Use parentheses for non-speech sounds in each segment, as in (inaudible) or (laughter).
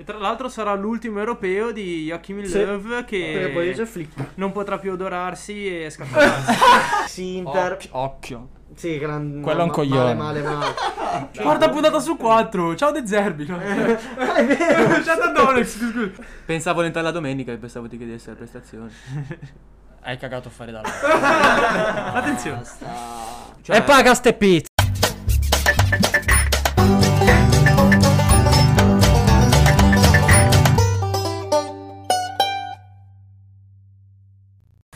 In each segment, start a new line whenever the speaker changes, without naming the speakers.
E tra l'altro sarà l'ultimo europeo di Joachim
Sì.
Löw
Eh,
Perché poi c'è
che
Flick.
non potrà più odorarsi e scattarsi.
Sì, Inter.
Occhio, occhio.
Sì, gran...
Quello è un
ma-
coglione.
Male,
(laughs)
male, male.
Quarta puntata su quattro. Ciao De Zerbi. no?
Ah, è vero.
(laughs)
Pensavo di entrare la domenica e pensavo ti chiedesse la prestazione.
(laughs) Hai cagato a fare da
(laughs) Attenzione.
Cioè,
E paga ste pizze.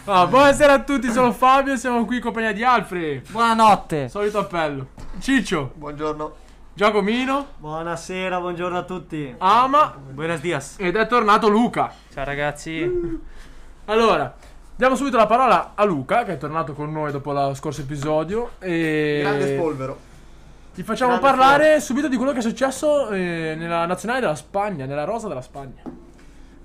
Ah, buonasera a tutti, sono Fabio e siamo qui in compagnia di Alfred.
Buonanotte.
Solito appello. Ciccio,
Buongiorno.
Giacomino,
Buonasera, buongiorno a tutti.
Ama
Buenos dias.
ed è tornato Luca.
Ciao ragazzi.
Allora, diamo subito la parola a Luca che è tornato con noi dopo lo scorso episodio. E
Grande spolvero.
Ti facciamo
Grande
parlare subito di quello che è successo eh, nella nazionale della Spagna, nella rosa della Spagna.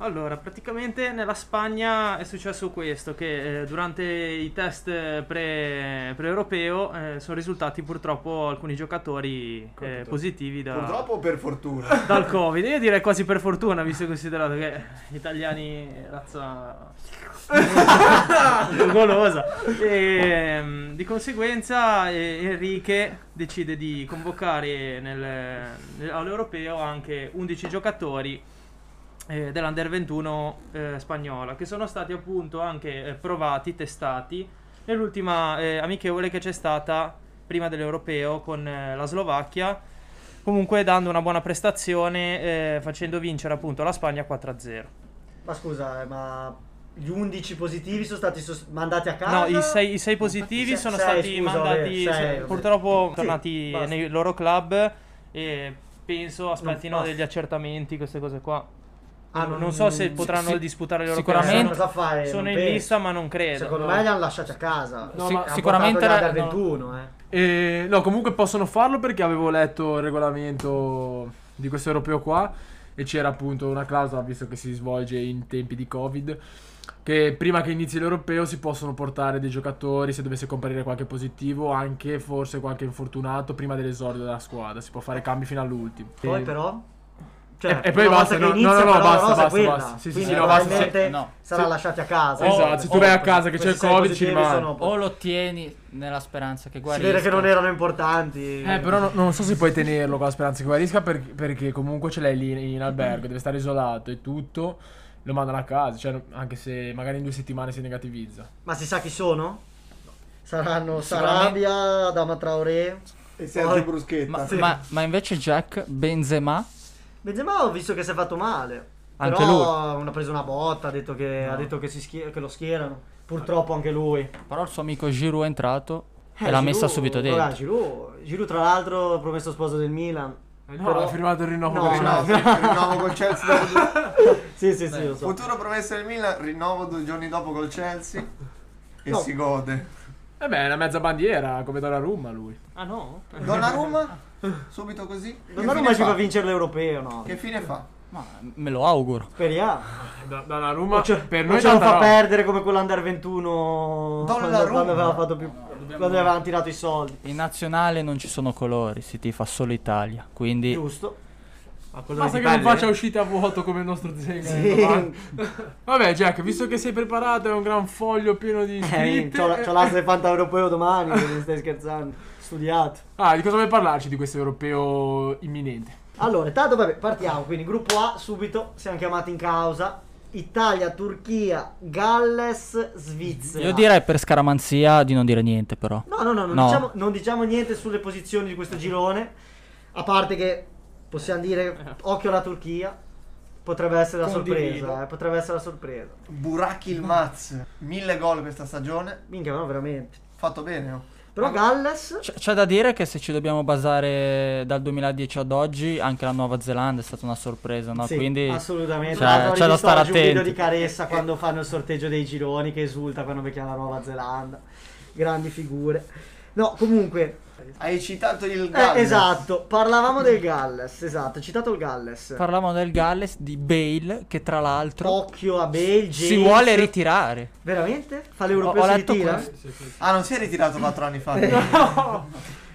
Allora, praticamente nella Spagna è successo questo, che eh, durante i test eh, pre, europeo sono risultati purtroppo alcuni giocatori eh, positivi
ah.
da-
Purtroppo o per fortuna?
dal Covid. Io direi quasi per fortuna, visto e considerato che gli italiani razza golosa. E, mm, di conseguenza eh, Enrique decide di convocare nel, nel- all'europeo anche 11 giocatori eh, dell'Under 21 eh, spagnola, che sono stati appunto anche eh, provati, testati nell'ultima eh, amichevole che c'è stata prima dell'Europeo con eh, la Slovacchia, comunque dando una buona prestazione eh, facendo vincere appunto la Spagna 4-0.
Ma scusa, eh, ma gli 11 positivi sono stati sos- mandati a casa?
No, i sei, i sei positivi sono
Sei,
stati
scusa,
mandati,
vabbè, sei,
sono
vabbè.
purtroppo
Sì,
tornati
basta.
nei loro club e penso aspettino
basta.
degli accertamenti, queste cose qua.
Ah,
non, so se potranno
sì,
disputare loro
sicuramente-
cosa fare,
sono
non
in
penso.
lista, ma non credo.
Secondo
no.
me li hanno lasciati a casa.
Sì,
hanno
sicuramente
portato gli
era-
under 21, eh.
E, no, comunque possono farlo perché avevo letto il regolamento di questo europeo qua e c'era appunto una clausola, visto che si svolge in tempi di Covid, che prima che inizi l'europeo si possono portare dei giocatori, se dovesse comparire qualche positivo, anche forse qualche infortunato prima dell'esordio della squadra, si può fare cambi fino all'ultimo.
Poi
E-
però cioè,
E- e poi basta, no, no, no, basta, basta, basta. Sì, sì,
Quindi
sì, no, basta,
probabilmente
sì, no.
sarà lasciati a casa.
Esatto, se tu vai a casa che c'è il
Questi sei
Covid ci
positivi
rimani.
sono-
O lo tieni nella speranza che
Si
guarisca.
vede che non erano importanti.
Eh, però no- non so se puoi tenerlo con la speranza che guarisca per- perché comunque ce l'hai lì in albergo, deve stare isolato e tutto. Lo mandano a casa, cioè, anche se magari in due settimane si negativizza.
Ma si sa chi sono? Saranno
Sicuramente-
Sarabia, Adama Traoré.
E Sergio
Poi-
Bruschetta.
Ma,
Sì.
ma- ma invece Jack Benzema
Benzema ho visto che si è fatto male.
Anche
però ha preso una botta, ha detto che, ha detto che si schier- che lo schierano. Purtroppo anche lui.
Però il suo amico Giroud è entrato
Eh,
E l'ha
Giroud-
messa subito dentro
Guarda, Giroud, Giroud, tra l'tro promesso sposo del Milan.
No,
Però-
ha firmato il rinnovo
No,
per il
no.
No, rinnovo col Chelsea dopo due-
Sì, sì, sì, lo so.
Futuro promesso del Milan, rinnovo due giorni dopo col Chelsea. E
No.
si gode.
Eh beh, è una mezza bandiera, come Donnarumma lui.
Ah no?
Donnarumma? Subito così? Che
Donnarumma
fine
ci
fa?
va a vincere l'europeo, no?
Che fine fa?
Ma mm, me lo auguro
Speriamo.
Donnarumma
Cioè,
per
non
noi
ce lo fa
tanta roba.
perdere come quell'Under 21 quando,
Donnarumma.
quando aveva fatto più quando avevano tirato i soldi.
In nazionale non ci sono colori Si tifa solo Italia Quindi
Giusto.
Basta che non faccia uscite a vuoto come il nostro Zeng. Vabbè, Jack, visto che sei preparato, è un gran foglio pieno di
Eh,
iscritti.
c'ho, la- c'ho l'asse europeo domani, che mi stai scherzando. Studiato.
Ah, di cosa vuoi parlarci di questo europeo imminente?
Allora, intanto vabbè, partiamo, quindi gruppo A subito, siamo chiamati in causa. Italia, Turchia, Galles, Svizzera.
Io direi per scaramanzia di non dire niente però
No, no, no, non,
No.
Diciamo, non diciamo niente sulle posizioni di questo girone, a parte che possiamo
Eh.
dire occhio alla Turchia, potrebbe essere la sorpresa, eh, potrebbe essere la sorpresa.
Buraki il Maz. Mille gol questa stagione.
Minchia, no, veramente.
Fatto bene, oh.
Però Galles,
C'è, c'è da dire che se ci dobbiamo basare dal 2010 ad oggi, anche la Nuova Zelanda è stata una sorpresa, no?
sì,
Quindi
assolutamente.
cioè,
Tra l'altro
c'è da
oggi
stare
oggi un video
attenti. Eh.
di Caressa quando fanno il sorteggio dei gironi che esulta quando vecchia la Nuova Zelanda. Grandi figure. No, comunque,
Hai citato il Galles.
eh, esatto, parlavamo del Galles, esatto, citato il Galles.
parlavamo del Galles di Bale che tra l'altro
Occhio a Bale,
si
James.
vuole ritirare.
Veramente? Fa
Ho-
l'europeo
ho
si
letto
ritira?
questo.
Ah, non si è ritirato quattro anni fa.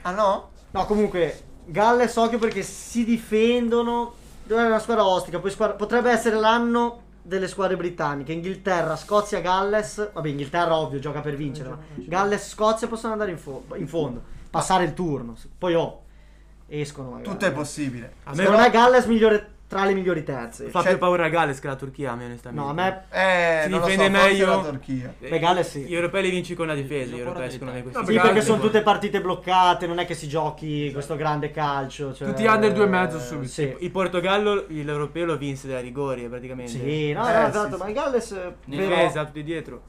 Ah no?
No, comunque, Galles occhio perché si difendono Dove è una squadra ostica. Poi squadra- potrebbe essere l'anno delle squadre britanniche. Inghilterra, Scozia, Galles. Vabbè, Inghilterra, ovvio, gioca per vincere. Ma Galles, Scozia possono andare in, fo- in fondo. Passare il turno. Poi, oh, escono magari.
Tutto è possibile.
A me Secondo me Galles migliore tra le migliori terze.
Fa
Cioè-
più paura Galles che la Turchia, a me onestamente.
No, a me
Eh,
Si
non lo so,
difende
forse
meglio.
la Turchia.
Eh,
Beh, Galles sì.
Gli europei li vinci con la difesa, gli europei secondo me questi.
Sì, perché sono tutte partite bloccate, non è che si giochi questo grande calcio. Cioè,
Tutti under due e mezzo subito.
Sì,
Il Portogallo, l'europeo lo vinse da rigori praticamente.
sì no,
Eh,
no,
sì,
esatto,
sì.
ma il Galles... però-
Difesa, tutti dietro.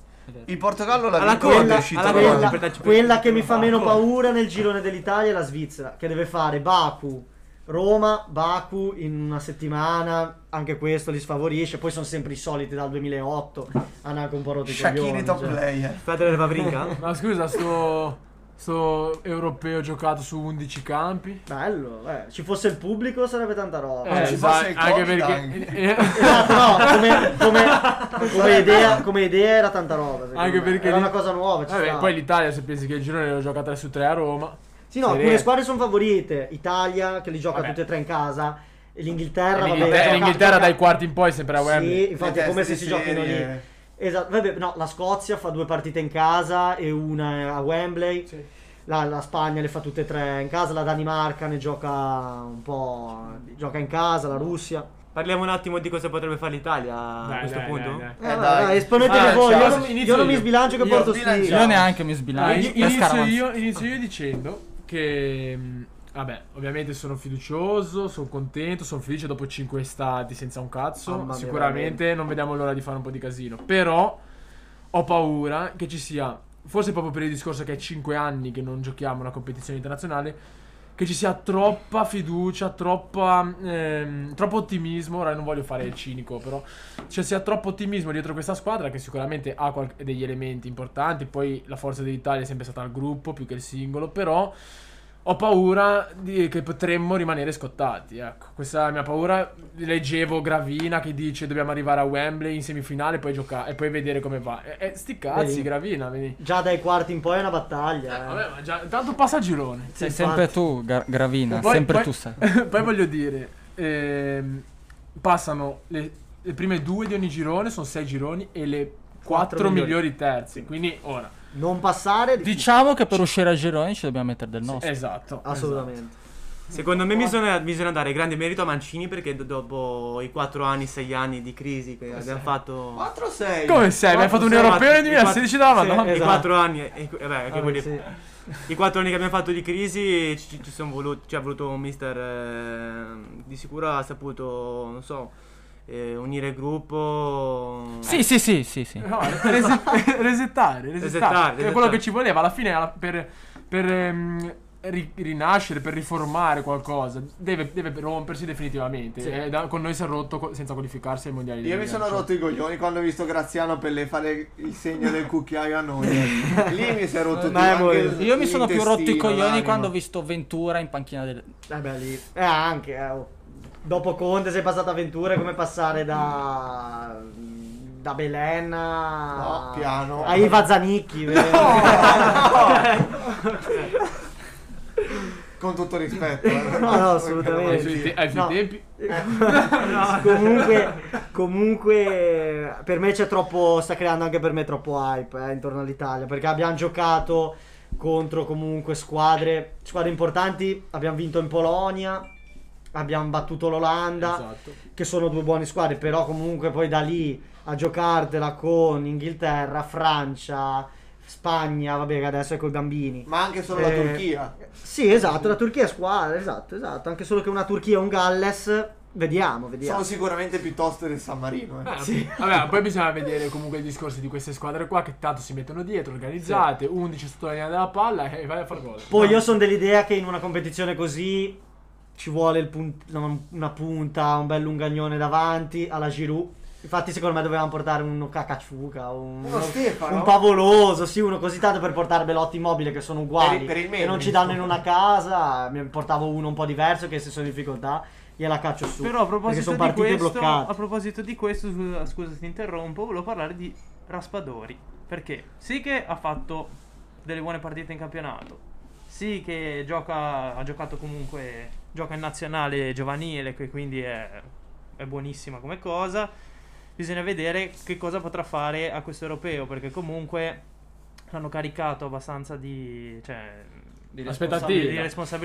Il Portogallo la
Alla
vittoria
corda,
è uscita
alla
dalla-
corda.
quella,
per darci-
quella che mi fa
Ah,
meno
ancora.
paura nel girone dell'Italia è la Svizzera, che deve fare Baku, Roma, Baku in una settimana, anche questo li sfavorisce, poi sono sempre i soliti dal 2008, hanno anche un po' rotto i
Shaqiri
coglioni,
top
cioè.
player.
Fate la Vavrinka?
Ma scusa, sto, sto europeo giocato su 11 campi.
Bello, eh, ci fosse il pubblico sarebbe tanta roba. Cioè,
Eh, ci
sai,
fosse il
anche
Covid
perché eh,
Esatto, no, come, come- come idea, come idea era tanta roba.
(laughs)
secondo
Anche
me.
perché
era
lì-
una cosa nuova. Ci
vabbè,
sta.
poi l'Italia, se pensi che il girone lo gioca 3 su 3 a Roma.
Sì, no,
Sì,
alcune
eh.
squadre sono favorite. Italia, che li gioca
Vabbè.
tutte e tre in casa. L'Inghilterra, vabbè,
L'Inghilterra,
gioca-
l'Inghilterra
gioca-
dai quarti in poi è sempre a
eh,
Wembley.
Sì, infatti,
Le
è come
teste
se
di
si giochino lì.
serie.
Esatto, vabbè, no, la Scozia fa due partite in casa e una a Wembley. La, la Spagna le fa tutte e tre in casa, la Danimarca ne gioca un po'. Gioca in casa, la Russia.
Parliamo un attimo di cosa potrebbe fare l'Italia a
Dai,
questo
dai,
punto.
dai, dai.
Eh,
Eh,
vabbè,
dai.
dai, esponetemi
Ah,
voi.
ciao.
Io, non-
Inizio
io non mi
io.
sbilancio che
Io
porto
bilancio.
sti.
Io neanche mi sbilancio.
Eh,
Dai,
per
inizio,
Scaramanzia.
io, inizio io dicendo che, mh, vabbè, ovviamente sono fiducioso, sono contento, sono felice dopo 5 estati senza un cazzo.
Mamma mia,
Sicuramente non vediamo l'ora di fare un po' di casino. Però ho paura che ci sia, forse proprio per il discorso che è 5 anni che non giochiamo una competizione internazionale, che ci sia troppa fiducia, troppa, ehm, troppo ottimismo. Ora non voglio fare il cinico, però c'è sia troppo ottimismo dietro questa squadra che sicuramente ha qual- degli elementi importanti. Poi la forza dell'Italia è sempre stata il gruppo più che il singolo, però ho paura di- che potremmo rimanere scottati. Ecco, questa è la mia paura. Leggevo Gravina che dice dobbiamo arrivare a Wembley in semifinale poi gioca- e poi vedere come va. E, e sti cazzi,
Vedi?
Gravina, vedi.
Già dai quarti in poi è una battaglia. eh.
Vabbè, ma già, tanto passa a girone.
Sì,
Sei
infatti.
sempre tu, Gar- Gravina.
Poi-
sempre
poi-
tu sei.
(laughs) Poi voglio dire, ehm, passano le, le prime due di ogni girone, sono sei gironi, e le
Quattro
quattro,
migliori.
migliori. terze. Quindi ora,
Non passare è difficile.
Diciamo che per uscire a gironi ci dobbiamo mettere del nostro.
eh.
esatto.
Assolutamente.
Secondo me bisogna, bisogna dare grande merito a Mancini perché do- dopo i 4 anni, 6 anni di crisi che abbiamo fatto...
4-6.
Come sei? Cioè, Abbiamo fatto un europeo nel 2016 dalla
Sì, Eh.
Madonna.
I
esatto.
4 anni, e- e- vabbè, che
Ah,
vuol dire-
sì.
i 4 anni che abbiamo fatto di crisi ci, ci sono voluti, ci ha voluto un mister eh, di sicuro ha saputo, non so, eh, unire il gruppo.
Sì, sì, sì, sì, sì.
Eh,
No, rese- resettare, resettare. È
resettare.
quello che ci voleva alla fine alla- per, per, ehm, ri- rinascere, per riformare qualcosa. Deve, deve rompersi definitivamente. Eh, da- con noi si è rotto co- senza qualificarsi ai mondiali.
Io
del
mi sono
2018.
rotto i coglioni quando ho visto Graziano Pelle fare il segno del cucchiaio a noi. Lì mi si è rotto tutto.
Ma è
anche
quello.
il-
Io mi sono più rotto i
l'intestino,
coglioni
l'anima.
quando ho visto Ventura in panchina del...
Eh beh, lì. Eh, anche. eh, oh. Dopo Conte sei passato a Ventura, è come passare da. da Belen a.
No, piano.
A Iva
(laughs)
Zanicchi. vero?
Con tutto rispetto. eh.
No, no, assolutamente.
Ai suoi, te- ai suoi
No.
tempi.
(laughs) comunque, comunque, per me c'è troppo. Sta creando anche per me troppo hype eh, intorno all'Italia. Perché abbiamo giocato contro comunque squadre, squadre importanti. Abbiamo vinto in Polonia. Abbiamo battuto l'Olanda.
Esatto.
che sono due buone squadre, però comunque poi da lì a giocartela con Inghilterra, Francia, Spagna, vabbè che adesso è coi bambini.
Ma anche solo
Eh,
la Turchia.
Sì, esatto, la Turchia è squadra, esatto, esatto, anche solo che una Turchia e un Galles, vediamo, vediamo.
Sono sicuramente piuttosto del San Marino. eh.
Eh, Vabbè, poi bisogna vedere comunque il discorso di queste squadre qua che tanto si mettono dietro, organizzate, 11 sotto la linea della palla e vai a far gol.
Poi io sono dell'idea che in una competizione così ci vuole il pun- no, una punta, un bel lungagnone davanti alla Giroud. Infatti, secondo me dovevamo portare uno Cacaciuca, un,
Uno Stefano?
un Pavoloso, sì, uno così tanto per portare Belotti Immobile che sono uguali
Per il- per il
e non
meme,
ci danno in
insomma.
una casa. Mi portavo uno un po' diverso che se sono in difficoltà gliela caccio su.
Però a
perché
proposito,
sono
di
partite
questo,
bloccate.
a proposito di questo, scusa, scusa se ti interrompo, volevo parlare di Raspadori. Perché sì che ha fatto delle buone partite in campionato, sì che gioca, ha giocato comunque gioca in nazionale giovanile, che quindi è, è buonissima come cosa. Bisogna vedere che cosa potrà fare a questo europeo, perché comunque l'hanno caricato abbastanza di... Cioè, di responsabil-
Aspettative.
di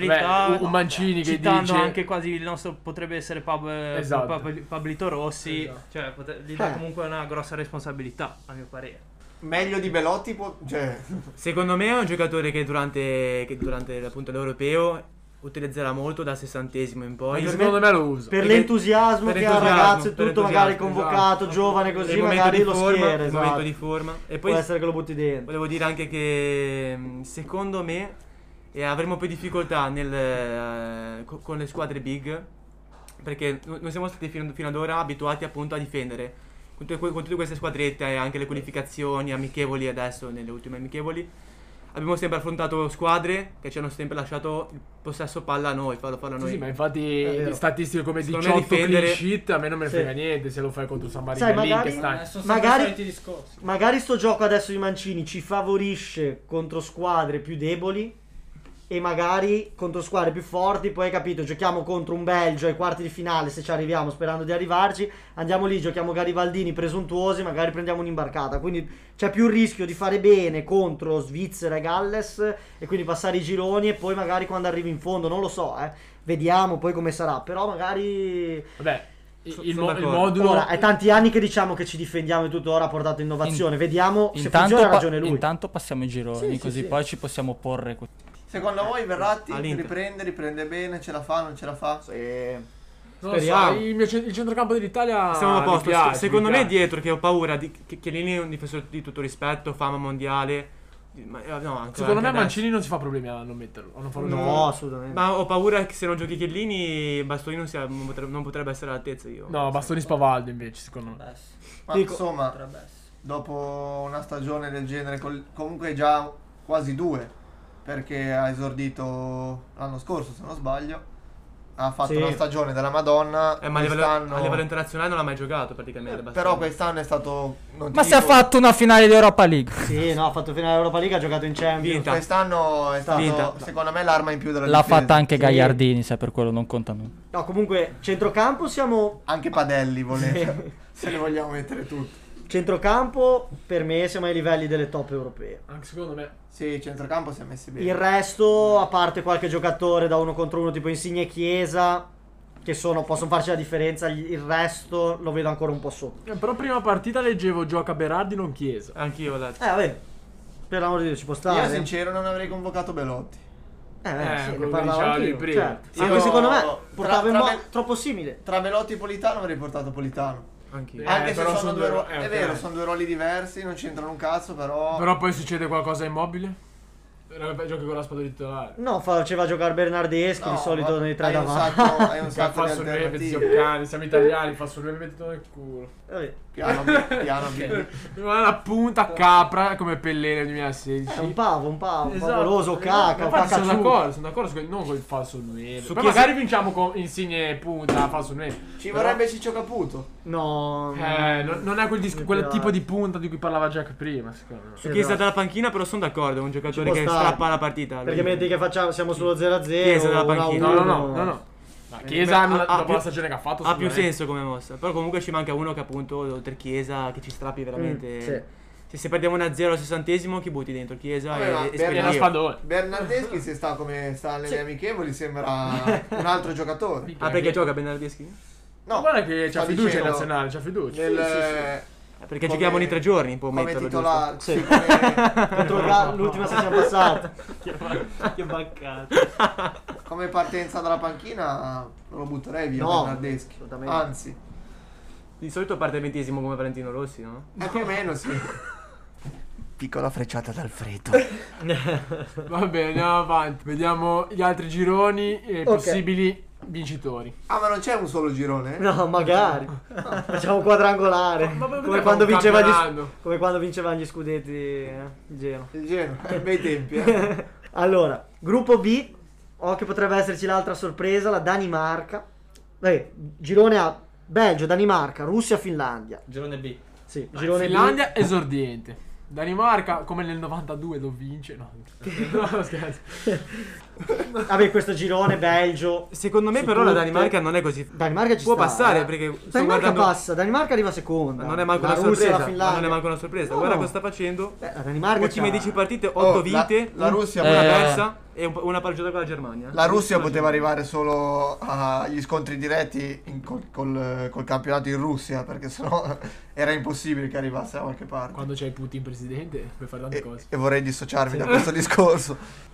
responsabilità
Beh, un- un Mancini che
citando
dice-
anche quasi il nostro potrebbe essere Pab- eh,
Esatto.
Pab- Pablito Rossi
Esatto.
cioè pote- gli dà
Eh.
comunque una grossa responsabilità a mio parere
Meglio di Belotti può... Cioè,
Secondo me è un giocatore che durante, che durante appunto, l'europeo utilizzerà molto dal sessantesimo in poi.
Anche secondo me lo uso.
Per
Per
l'entusiasmo
per
che ha il
entusiasmo,
ragazzo e
per
tutto, magari
entusiasmo,
convocato, giovane
Per
così,
il momento
magari
di
lo
forma,
schiera.
il
Esatto.
momento di forma. E
Può
poi
essere che lo butti dentro.
volevo dire anche che mh, secondo me eh, avremo più difficoltà nel, eh, co- con le squadre big perché no- non siamo stati fino, fino ad ora abituati appunto a difendere con tutte, que- con tutte queste squadrette e anche le qualificazioni amichevoli adesso nelle ultime amichevoli abbiamo sempre affrontato squadre che ci hanno sempre lasciato il possesso palla a noi farlo, farlo a
Sì,
noi
sì, ma infatti
È vero.
statistiche come
Secondo me
18
difendere-
clean sheet a me non me ne
Sì.
frega niente se lo fai contro San Marino
Sai,
è lì
magari-
che stai.
Eh, sono
Magari-
i soliti discorsi.
Magari sto gioco adesso di Mancini ci favorisce contro squadre più deboli e magari contro squadre più forti. Poi hai capito, giochiamo contro un Belgio ai quarti di finale se ci arriviamo, sperando di arrivarci. Andiamo lì, giochiamo Garibaldini presuntuosi, magari prendiamo un'imbarcata. Quindi c'è più il rischio di fare bene contro Svizzera e Galles e quindi passare i gironi e poi magari quando arrivi in fondo, non lo so, eh. Vediamo poi come sarà, però magari
Vabbè, il,
Sono
il mo- il
d'accordo.
modulo
Ora, è tanti anni che diciamo che ci difendiamo e tutto ora ha portato innovazione. Vediamo Oh, se
Intanto,
funziona ha
pa-
ragione lui.
intanto passiamo i gironi,
Sì, sì,
così
sì.
poi ci possiamo porre. que-
secondo voi Verratti
All'Inter.
riprende, riprende bene, ce la fa, non ce la fa?
non lo so,
speriamo.
il, mio cent- il centrocampo dell'Italia
Siamo a
mi
posto.
piace,
Se- Secondo
mi
me
piace.
dietro che ho paura di che Chiellini è un difensore di tutto rispetto, fama mondiale. di- Ma, eh, no, anche-
Secondo
anche
me
adesso.
Mancini non si fa problemi a non metterlo, a non farlo
No,
giocare.
assolutamente.
Ma ho paura che se non giochi Chiellini, Bastoni non, sia- non potrebbe, non potrebbe essere all'altezza. Io.
No, Bastoni Spavaldo invece, secondo me.
Potrebbe essere,
Ma
Dico-
insomma,
potrebbe essere.
dopo una stagione del genere, col- comunque già quasi due, perché ha esordito l'anno scorso, se non sbaglio. Ha fatto
Sì.
una stagione della Madonna.
Eh, ma a livello,
quest'anno-
a livello internazionale non l'ha mai giocato praticamente.
eh,
Bastoni.
però quest'anno è stato. non ti
Ma si è
dico-
fatto una finale di Europa League.
Sì, no, ha fatto finale Europa League, ha giocato in Champions.
Vinta.
Quest'anno è stato,
Vinta.
secondo me, l'arma in più della
L'ha
difesa.
fatta anche
Sì.
Gagliardini, sai, per quello non conta nulla.
No, comunque, centrocampo siamo...
Anche Padelli, volete. (laughs) se le vogliamo mettere tutte.
Centrocampo, per me, siamo ai livelli delle top europee.
Anche secondo me.
Sì, il centrocampo si è messi bene.
Il resto, a parte qualche giocatore da uno contro uno, tipo Insigne e Chiesa, che sono, possono farci la differenza, gli- il resto lo vedo ancora un po' sotto.
Eh, Però prima partita leggevo gioca Berardi non Chiesa.
Anch'io ho letto.
Eh, vabbè, per l'amor di Dio, ci può stare.
Io, sincero, non avrei convocato Belotti.
Eh,
Eh,
beh, sì, ne
quello
parlavo
diciamo
anch'io,
di prima.
certo.
Sì,
Anche
però-
secondo me
tra-
portava in
tra
mo-
me-
troppo simile.
Tra Belotti e Politano avrei portato Politano.
Anch'io.
Eh,
Anche se
però
sono,
sono
due
due
ro-
ro- eh,
è
ok.
vero, sono due ruoli diversi, non c'entrano un cazzo, però.
Però poi succede qualcosa a immobile. Eh, Giochi con la spada di titolare.
No, faceva giocare Bernardeschi
No,
di solito
ma-
nei tre
hai un
davanti.
sacco-
(laughs)
hai un
Fa
sacco di
sul 9, zio
alternative.
cani, siamo italiani, fa sul 9 mettito nel culo.
(laughs) Vabbè.
Piano, piano,
(laughs)
piano.
Mi va una punta capra come Pellene nel 2016.
È un pavo, un pavo,
Esatto.
favoloso, caca, un
Infatti sono
cacacciù.
d'accordo, sono d'accordo, su- non con il falso 9.
Su
Poi
chi
magari vinciamo con Insigne e punta, falso 9.
Ci vorrebbe Ciccio Caputo.
No,
Eh, non, non è quel, dis-
Mi
quel
piace.
tipo di punta di cui parlava Jack prima, secondo me.
Su chi è
Esatto.
stata la panchina, però sono d'accordo. È un giocatore
può
che
stare.
strappa la partita.
Perché metti che facciamo, siamo sullo 0-0.
Chiesa dalla
uno a
panchina.
No,
uno.
no, no, no, no. Ma Chiesa
ha-
non-
ha
dopo
più-
la stagione che ha fatto
Ha più
sicuramente.
senso come mossa. Però comunque ci manca uno che appunto oltre Chiesa che ci strappi veramente.
Mm, sì.
Se, se perdiamo 1-0 al sessantesimo, chi butti dentro? Chiesa
Vabbè, ma
e, e
Bernardo-
Era
Spinelli.
spadone.
Bernardeschi, se sta come sta nelle amichevoli, sembra
(laughs)
un altro giocatore.
Ah, perché gioca Bernardeschi?
No,
Guarda che c'ha
sto
fiducia in
dicendo,
nazionale, c'ha fiducia.
Nel,
Eh, Perché
Come-
giochiamo ogni tre giorni, può
come
metterlo
titolare,
giusto.
sì,
Sì.
come,
Contro il Ga- l'ultima stagione passata.
che baccata
come partenza dalla panchina lo butterei via
No,
Bernardeschi.
assolutamente.
Anzi,
giusto. Di solito parte al ventesimo come Valentino Rossi, no?
è più o meno sì. Piccola frecciata dal freddo.
Va bene, andiamo avanti. Vediamo gli altri gironi e i
Ok.
possibili vincitori.
Ah, ma non c'è un solo girone? eh?
No, magari. Facciamo un quadrangolare.
Ma- ma-
come, quando
un
vinceva gli,
campionato.
come quando vinceva gli scudetti eh, il Genoa.
Il Genoa, bei tempi. Eh.
Allora, gruppo B, o che potrebbe esserci l'altra sorpresa, la Danimarca. Beh, girone A, Belgio, Danimarca, Russia, Finlandia.
Girone B.
Sì, girone B.
Finlandia esordiente. Danimarca, come nel 92, lo vince. No, no scherzo.
Vabbè, questo girone, Belgio.
Secondo me,
Su
però, la
tutte.
Danimarca non è così.
Danimarca ci
Può
sta,
passare,
eh.
perché sto
Danimarca
guardando-
passa, Danimarca arriva seconda.
Ma non è manco
la
una
Russia e
sorpresa.
La
ma
Finlandia.
non è manco una sorpresa.
No,
Guarda
no.
cosa sta facendo.
Beh, la Danimarca
Ultime
c'ha-
10 partite, 8
Oh, la-
vinte,
la Russia-
una
Eh.
persa e un- una pareggiata con la Germania.
(laughs) La Russia
Con
poteva
Germania.
arrivare solo agli scontri diretti in col, col- col campionato in Russia, perché sennò (laughs) era impossibile che arrivasse da qualche parte.
Quando c'è Putin presidente, puoi fare tante
Eh.
E,
cose.
e vorrei dissociarmi da questo discorso.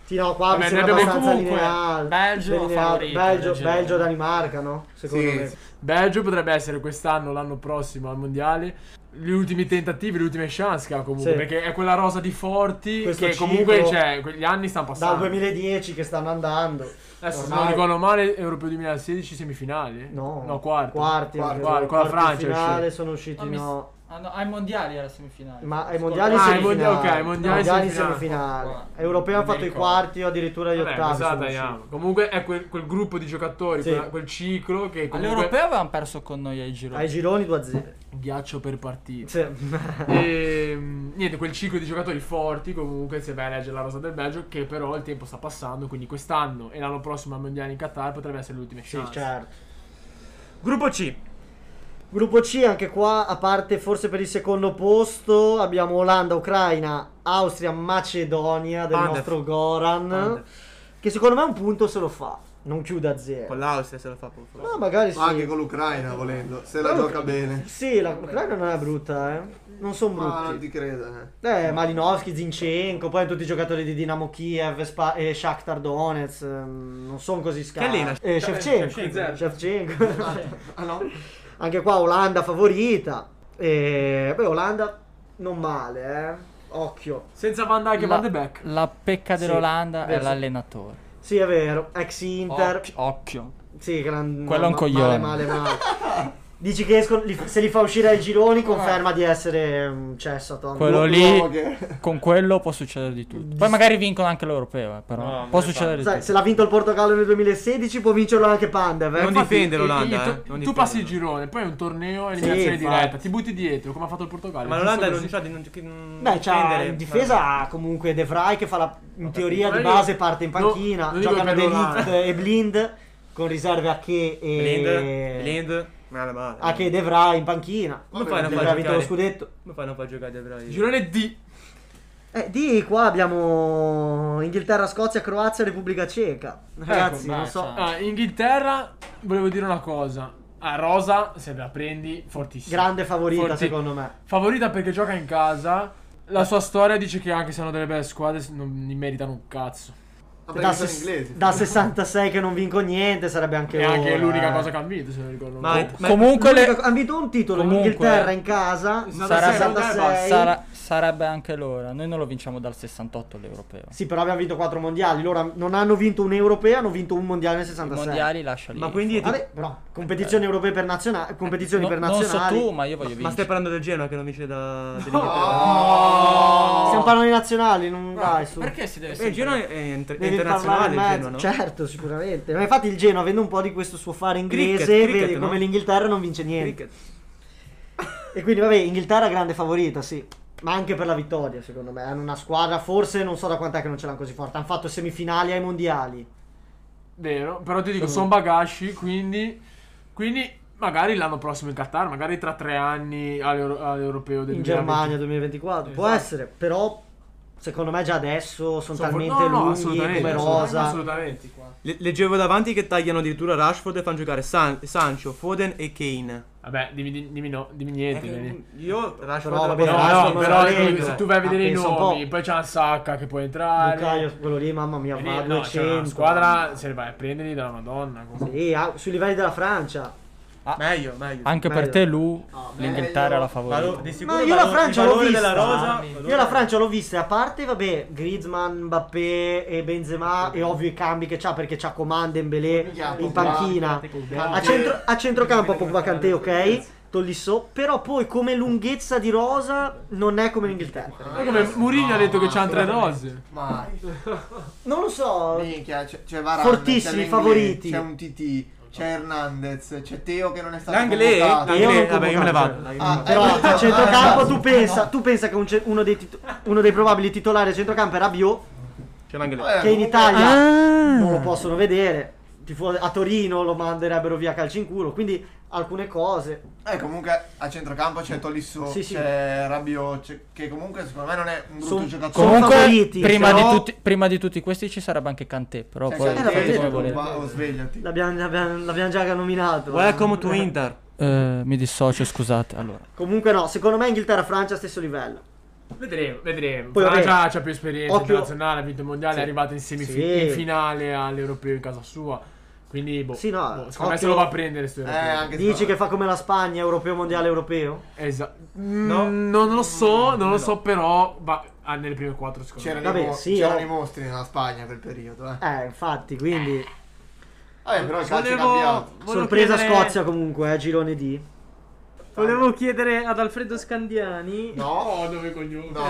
Sì, no, qua mi
Vabbè,
sembra
ne abbiamo
abbastanza
comunque
lineare.
Belgio
Delineato.
favorito,
Belgio,
del girone.
Belgio, Danimarca, no? Secondo
Sì,
me.
sì.
Belgio potrebbe essere quest'anno, l'anno prossimo al mondiale. Gli ultimi tentativi, le ultime chance che ha comunque.
Sì.
Perché è quella rosa di forti
Questo
che
ciclo-
comunque, cioè, quegli anni stanno
Dal
passando.
2010 che stanno andando.
Adesso, se
Ormai-
non ricordo male, Europeo 2016 semifinali?
No,
no quarti. Quarti,
Quarti, perché
quarti, con la
quarti in
Francia.
finale
sì.
sono usciti,
Ah, mi-
no.
Ah, no, ai mondiali alla semifinale.
Ma ai
Scorda-
mondiali
Ah, ai
semifinali.
mondiali, ok, ai mondiali
mondiali
semifinali.
semifinali.
Qua.
Europeo ha
Non mi
fatto i
ricordo.
quarti o addirittura gli
Vabbè,
ottavi.
questa la
sono
tagliamo.
usciti.
Comunque è quel, quel gruppo di giocatori,
Sì.
quella- quel ciclo che comunque...
All'Europeo avevamo perso con noi ai gironi.
Ai gironi 2-0. (laughs)
Ghiaccio per (laughs) partita.
Cioè,
E, mm, niente, quel ciclo di giocatori forti comunque se vai a leggere la rosa del Belgio che però il tempo sta passando, quindi quest'anno e l'anno prossimo al Mondiale in Qatar potrebbe essere l'ultima
sì,
chance.
certo.
Gruppo C.
Gruppo C, anche qua, a parte forse per il secondo posto, abbiamo Olanda, Ucraina, Austria, Macedonia del
Pandev.
nostro Goran.
Pandev.
Che secondo me un punto se lo fa. Non chiude a zero.
Con l'Austria se la fa poco.
Ma magari sì.
(laughs) Ma anche con l'Ucraina volendo, se la
Però-
gioca bene.
Sì, la l'Ucraina non è brutta, eh. Non sono
Ma non
brutti.
ti credo, eh.
Eh, Malinowski, Zinchenko, poi tutti i giocatori di Dinamo Kiev Spa- e Shakhtar Donetsk, ehm, non sono così
Callena.
scarsi. Eh, Shevchenko,
Shevchenko.
Shevchenko.
(laughs) Ah no?
Anche qua Olanda favorita. E, beh, Olanda non male, eh. Occhio.
Senza Van Dijk e
La-
Van de Beek.
La pecca
Sì,
dell'Olanda è
vero.
l'allenatore.
Sì, è vero, ex Inter.
Occhio. occhio.
Sì, gran...
Quello è un
Male,
coglione.
male, male. Dici che escono- li- se li fa uscire ai gironi conferma di essere un cesso, Tom.
Quello
L'u-
lì,
l'uomo che-
con quello può succedere di tutto. Poi magari vincono anche l'Europeo, eh, però.
No, non
può
ne
succedere di
Sai,
tutto.
se l'ha vinto il Portogallo nel 2016 può vincerlo anche Pandev. eh.
Non
Infatti-
difende
E- e-
l'Olanda, eh,
tu-
non
Tu,
difende.
passi il girone, poi è un torneo a eliminazione
Sì, infatti.
diretta, ti butti dietro come ha fatto il Portogallo.
Ma
giusto
l'Olanda non
così.
c'ha di non, che- non
Beh, c'ha
difendere.
in difesa ha comunque De Vrij che fa la, in teoria di
Ma io-
base parte in
no,
panchina,
non dico
giocano
per l'Olanda.
Delict e Blind con riserve a che e
Blind, Blind, male male.
a che De Vrij in panchina.
Come
Vabbè,
fai a
De
non
Vrij ha
far
vinto lo
giocare?
scudetto.
Come fai a non far giocare De Vrij?
Girone D.
Eh, di qua abbiamo Inghilterra, Scozia, Croazia, Repubblica Ceca. Ragazzi,
beh,
non so.
cioè.
Ah, Inghilterra, volevo dire una cosa. Ah, Rosa, se la prendi, fortissima.
Grande favorita
Forti-
secondo me.
Favorita perché gioca in casa. La sua storia dice che anche se hanno delle belle squadre non ne meritano un cazzo.
Ah, perché
Da,
sono
ses-
inglesi.
da 66 che non vinco niente sarebbe anche
Che è anche
ora,
l'unica
eh.
cosa che hanno vinto, se non ricordo
Ma-
male.
Comunque, le-
L'unica- hanno vinto un titolo
Comunque-
Inghilterra in casa
Sarà-
66.
Sara- sarebbe anche l'ora. Noi non lo vinciamo dal 68 l'Europeo.
Sì, però abbiamo vinto 4 mondiali. Loro non hanno vinto un europeo, hanno vinto un mondiale nel
I
66.
mondiali lascia lì.
Ma quindi-
Vabbè, però, competizioni europee per nazionali, competizioni
No,
per
non so
nazionali.
tu, ma io voglio
Ma
vincere.
stai parlando del Genoa che non vince da dell'Inghilterra?
Oh!
Stiamo parlando di nazionali, non dai su. Eh,
Perché si deve
Beh, Eh, il
sempre-
Genoa è, inter- è
Devi
internazionale il
parlare in
Genoa, no?
mezzo. Certo, sicuramente. Ma infatti il Genoa avendo un po' di questo suo fare inglese,
Cricket, cricket,
vedi
no?
come l'Inghilterra non vince niente.
Cricket.
E quindi vabbè, Inghilterra grande favorita, sì. Ma anche per la vittoria, secondo me. Hanno una squadra, forse non so da quant'è che non ce l'hanno così forte. Hanno fatto semifinali ai mondiali.
Vero, però ti dico, sono bagashi, quindi... Quindi magari l'anno prossimo in Qatar, magari tra tre anni all'Euro- all'Europeo del 2020.
in Germania 2024 può
Esatto.
essere però secondo me già adesso sono
Sono-
talmente
no, no,
lunghi
assolutamente,
come
assolutamente,
rosa
Assolutamente.
Le- leggevo davanti che tagliano addirittura Rashford e fanno giocare San- Sancho, Foden e Kane.
Vabbè, dimmi, dimmi no- dimmi
Eh,
niente. vedi.
che- io Rashford
Però,
la
vabbè,
No,
porto-
Rashford
no,
non
però
la
lui-
vedo,
se tu vai a
ma
vedere i
pensa un
nomi,
po'.
poi c'è una sacca che può entrare.
Lucaio quello lì mamma mia
Quindi,
va a
Eh, no, c'è una
200.
squadra se ne vai a prenderli dalla Madonna. comunque.
Sì, ah, sui livelli della Francia
Meglio, meglio.
Anche per
Meglio.
te, Lu,
meglio.
l'Inghilterra è la
Ma lo-
favorita.
di sicuro
ma io
il
la
valore-
Francia
il
l'ho
valore
vista
della rosa.
io la Francia l'ho vista e a parte vabbè Griezmann Mbappé e Benzema e ovvio i cambi che c'ha perché c'ha Comande Mbélé in panchina a, centro- a centrocampo Pogba Kanté ok Tolisso però poi come lunghezza di rosa non è come l'Inghilterra
Ma come Mourinho ha detto che c'hanno tre rose.
Ma
non lo so
minchia, c'è, c'è Varane,
Fortissimi
c'è Lenglet,
favoriti.
C'è un TT, c'è Hernandez, c'è Teo che non è stato
Langley?
convocato.
Io non
Langley, vabbè, io me ne
convocato.
vado.
Ah,
Però
eh,
a
no,
centrocampo
no,
tu
no.
pensa, tu pensa che un ce- uno, dei tit- uno dei probabili titolari a centrocampo era Rabiot
C'è l'Anglais.
Eh,
che in
comunque-
Italia
Ah.
non lo possono vedere. Tifo- a Torino lo manderebbero via calci in culo. Quindi alcune cose.
Eh, comunque a centrocampo c'è Tolisso,
Sì, sì.
c'è Rabiot, c'è- che comunque secondo me non è un brutto
Son-
giocatore.
sono
Comunque,
favoriti,
prima,
però-
di tutti, prima di tutti questi ci sarebbe anche Kanté, però
Cioè,
poi
c'è
eh,
il
fate
vabbè,
Teo,
come
sì,
volete.
va- oh, svegliati.
L'abbiamo, l'abbiamo- l'abbiamo già nominato.
Welcome to Inter.
Eh, mi dissocio, scusate. Allora.
Comunque no, secondo me Inghilterra-Francia stesso livello.
Vedremo, vedremo.
Poi
Francia
vabbè.
c'ha più esperienza
Occhio.
internazionale, ha vinto il mondiale,
Sì.
è arrivata in, semif-
Sì.
in finale all'europeo in casa sua. Quindi, boh,
Sì, no,
boh, secondo me se
occhio.
lo va a prendere sto
Eh,
europeo.
anche
Dici
se-
che fa come la Spagna, europeo, mondiale, europeo?
Esatto.
No.
non lo so, non
No.
lo so, però va ah, nelle prime quattro secondo me.
C'erano,
Vabbè,
i, mo-
sì,
c'erano
oh.
i mostri nella Spagna quel periodo, eh.
Eh, infatti, quindi...
Vabbè, però il calcio è
Volevo-
cambiato.
volevo
sorpresa
chiedere-
Scozia comunque, eh, girone D.
Volevo chiedere ad Alfredo Scandiani
No,
Oh, dove cognome.
no.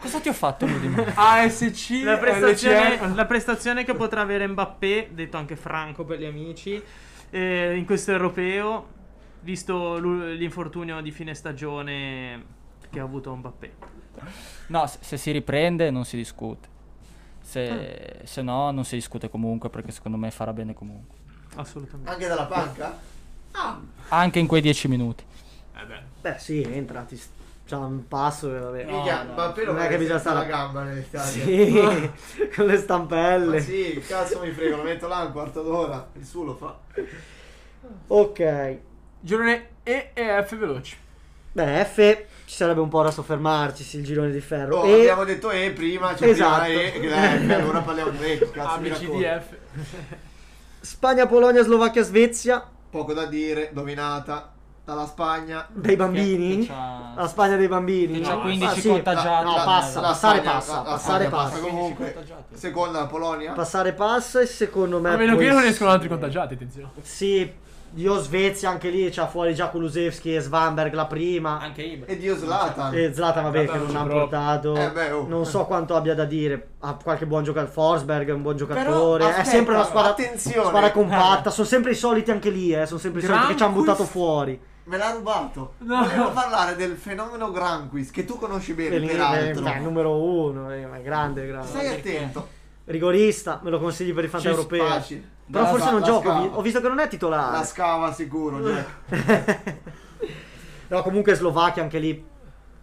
Cosa ti ho fatto? Mudi?
ASC,
Eh,
la prestazione,
LCR.
la prestazione che potrà avere Mbappé, detto anche Franco per gli amici, eh, in questo europeo, visto l'u- l'infortunio di fine stagione che ha avuto Mbappé.
No, se, se si riprende non si discute. Se, se no, non si discute comunque perché secondo me farà bene comunque.
Assolutamente.
Anche dalla panca?
Anche in quei 10 minuti.
Beh, sì, entra, ti... s- c'ha un passo e vabbè.
Minchia, Mbappé lo
Non è che
mette
bisogna
senza la
stare...
gamba nell'Italia.
Sì, (laughs) con le
Ma
stampelle.
sì, cazzo mi frega, lo metto là un quarto d'ora, il suo lo fa.
Ok.
Girone E e F veloci.
Beh, F ci sarebbe un po' da soffermarci, sì, il girone di ferro.
Oh,
e...
Abbiamo detto E prima, c'è
Esatto.
prima E, che- eh, allora parliamo di E,
Ah,
cazzo mi racconti?
ABCDF.
Eh, Spagna, Polonia, Slovacchia, Svezia.
Poco da dire, dominata dalla Spagna.
Dei bambini?
Che c'ha-
La Spagna dei bambini.
Che c'ha
Ah,
15
sì,
contagiati.
No,
La-
passa,
la
passare
Spagna-
passa,
la- la
passare
Spagna passa.
passa.
comunque- Seconda la Polonia.
Passare passa e secondo me...
A meno che
poi
non escono
sì.
altri contagiati, attenzione.
Sì, io Svezia anche lì, c'ha fuori già Kulusevski e Svanberg la prima.
Anche
E Dio Zlatan.
E Zlatan vabbè
Vabbè,
che non
non
ha
proprio.
portato.
Eh, beh, oh.
Non so quanto abbia da dire. Ha qualche buon giocatore. Forsberg è un buon
Però,
giocatore. è
aspetta,
sempre una squadra,
attenzione.
squadra compatta. Sono sempre i soliti anche lì, eh. Sono sempre i soliti che ci hanno
Granqvist.
buttato fuori.
eh, Me l'ha rubato.
No.
Volevo parlare del fenomeno Granquist, che tu conosci bene,
Belin-
peraltro.
eh, numero uno, eh, ma è grande,
Stai
grande.
attento.
Rigorista, me lo consigli per i fantasy europei.
Facile.
Però
La-
forse non
la
gioca.
scava.
vi- Ho visto che non è
La
titolare.
scava
Eh,
sicuro, Jack.
no, comunque Slovacchia anche lì.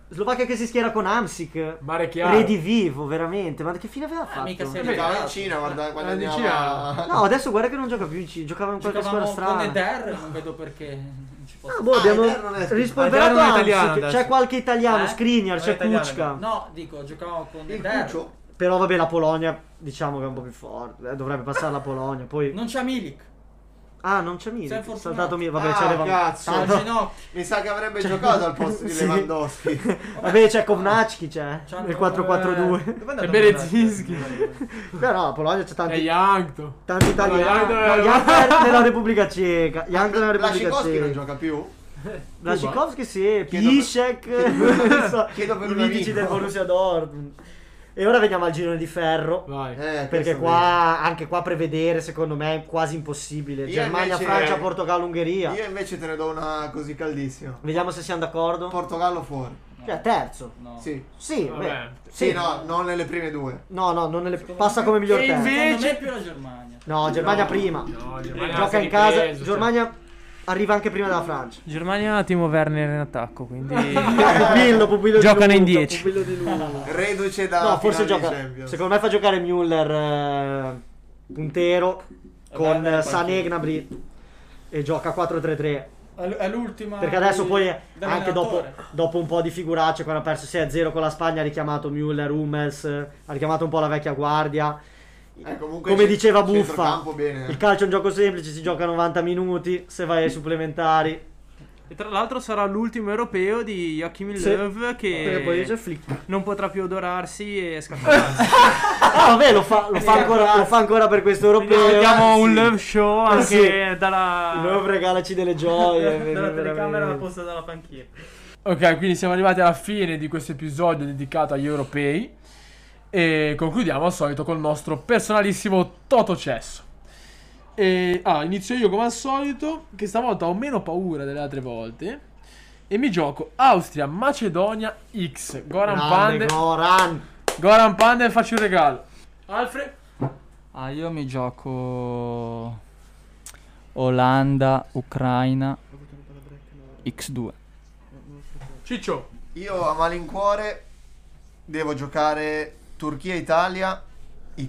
Slovacchia che si schiera con Amsic.
Mare chiaro.
Redivivo, veramente. Ma che fine aveva fatto?
Eh, mica se-
Vabbè,
Giocava in Cina, guarda, quando
Eh, in
andiamo
Cina.
a-
No, adesso guarda che non gioca più in C, giocava in qualche squadra strana.
Eder, non vedo perché. Non ci
Ah,
posso...
boh,
Ah,
abbiamo
Eder non è-
rispolverato
Eder non è
Amsic,
italiano
c'è
adesso.
qualche italiano,
Eh?
Skriniar,
Non è
c'è
italiano,
Kuczka.
No, dico, giocavamo con
Il cuccio.
Però vabbè, la Polonia diciamo che è un po' più forte, eh, dovrebbe passare la Polonia, poi
Non c'è Milik.
Ah, non c'è Milik,
Sei
è
fortunato.
saltato Milik, vabbè,
Ah,
c'è Levan-
cazzo.
Ah, no.
ginocchio.
Mi sa che avrebbe
(laughs)
giocato al posto di
Cioè, sì. (laughs)
Lewandowski.
Vabbè, c'è Kovnacki, c'è
C'hanno- Eh.
nel
Eh,
(laughs) 4-4-2.
Dov'è
E
andato
Berezinski.
No, no, la Polonia c'è
E
tanti
Yankto.
tanti italiani.
Janko è-
No, Janko è nella Repubblica Ceca, Janko è nella
La
Repubblica
Sikorsky Ah, non
Ceca.
gioca più?
Blasikowski sì,
Chiedo per-
Pisek,
(laughs) chiedo-
non so,
chiedo per
i
un
mitici
amico.
del Borussia Dortmund. E ora veniamo al girone di ferro,
Vai.
Eh,
perché
questo
qua, anche qua prevedere secondo me è quasi impossibile.
Io
Germania,
invece-
Francia, Portogallo, Ungheria.
vedi. Io invece te ne do una così caldissima.
Vediamo se siamo d'accordo.
Portogallo fuori.
Cioè, terzo.
No.
Sì.
Sì,
Vabbè.
beh,
Sì, no, non nelle prime due.
No, no, non nelle- passa come miglior
E
terzo.
invece-
Secondo me è più la Germania.
No, Germania prima.
No, Germania
Gioca
si è
in casa.
ripreso,
Germania arriva anche prima della Francia.
Germania Timo Werner in attacco, quindi...
(laughs) Pupillo, pupillo di
Giocano in
Luca,
10.
pupillo di Luca.
Reduce da
No, forse
finale di
gioca.
Champions.
Secondo me fa giocare Müller eh, puntero con
beh,
eh, Sané
qualche-
e Gnabry e gioca 4-3-3.
È l'ultima.
Perché adesso poi anche dopo, dopo un po' di figuracce quando ha perso 6-0 con la Spagna ha richiamato Müller, Hummels, eh, ha richiamato un po' la vecchia guardia.
Eh, comunque
Come
c'è-
diceva Buffa,
centrocampo bene, eh.
il calcio è un gioco semplice, si gioca 90 minuti, se vai ai supplementari
E tra l'altro sarà l'ultimo europeo di Joachim
Sì.
Löw
Perché poi c'è
che
Flick.
non potrà più odorarsi e
(laughs)
scattarsi.
Ah, vabbè, lo fa, lo fa ancora, lo fa ancora per questo europeo.
Abbiamo
Anzi,
un Löw show
Eh,
anche
sì.
dalla...
Löw regalaci delle (laughs) gioie.
dalla telecamera
veramente.
posta dalla panchina.
Ok, quindi siamo arrivati alla fine di questo episodio dedicato agli europei e concludiamo al solito col nostro personalissimo Toto Cesso. E, ah, inizio io come al solito, che stavolta ho meno paura delle altre volte. E mi gioco Austria, Macedonia X. Goran
Grande
Pandev.
Goran.
Goran Pandev, faccio un regalo. Alfred.
Ah, io mi gioco Olanda, Ucraina, X2.
Ciccio.
Io a malincuore devo giocare Turchia-Italia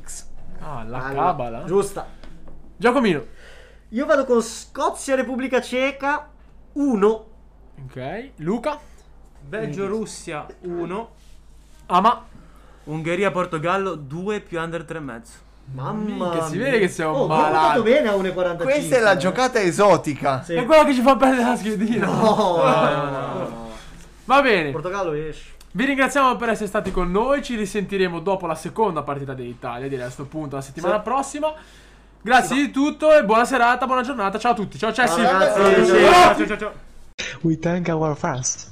X.
Ah, la
Bella.
cabala.
Giusta.
Giacomino.
Io vado con Scozia Repubblica Ceca 1.
Ok. Luca.
Belgio-Russia 1.
Ama.
Ungheria-Portogallo 2 più under 3,5.
Mamma
Minchia,
mia.
si vede che siamo
oh, ma ho
malati.
fatto bene a 1.45.
Questa è la
eh.
giocata esotica.
Sì.
È quella che ci fa perdere la schedina.
No.
Va bene.
Portogallo esce.
Vi ringraziamo per essere stati con noi. Ci risentiremo dopo la seconda partita dell'Italia. Direi a sto punto la settimana prossima. Grazie di tutto e buona serata, buona giornata. Ciao a tutti. Ciao Cessi.
Ciao, ragazzi.
Ciao.
ciao ciao ciao.
We thank our fans.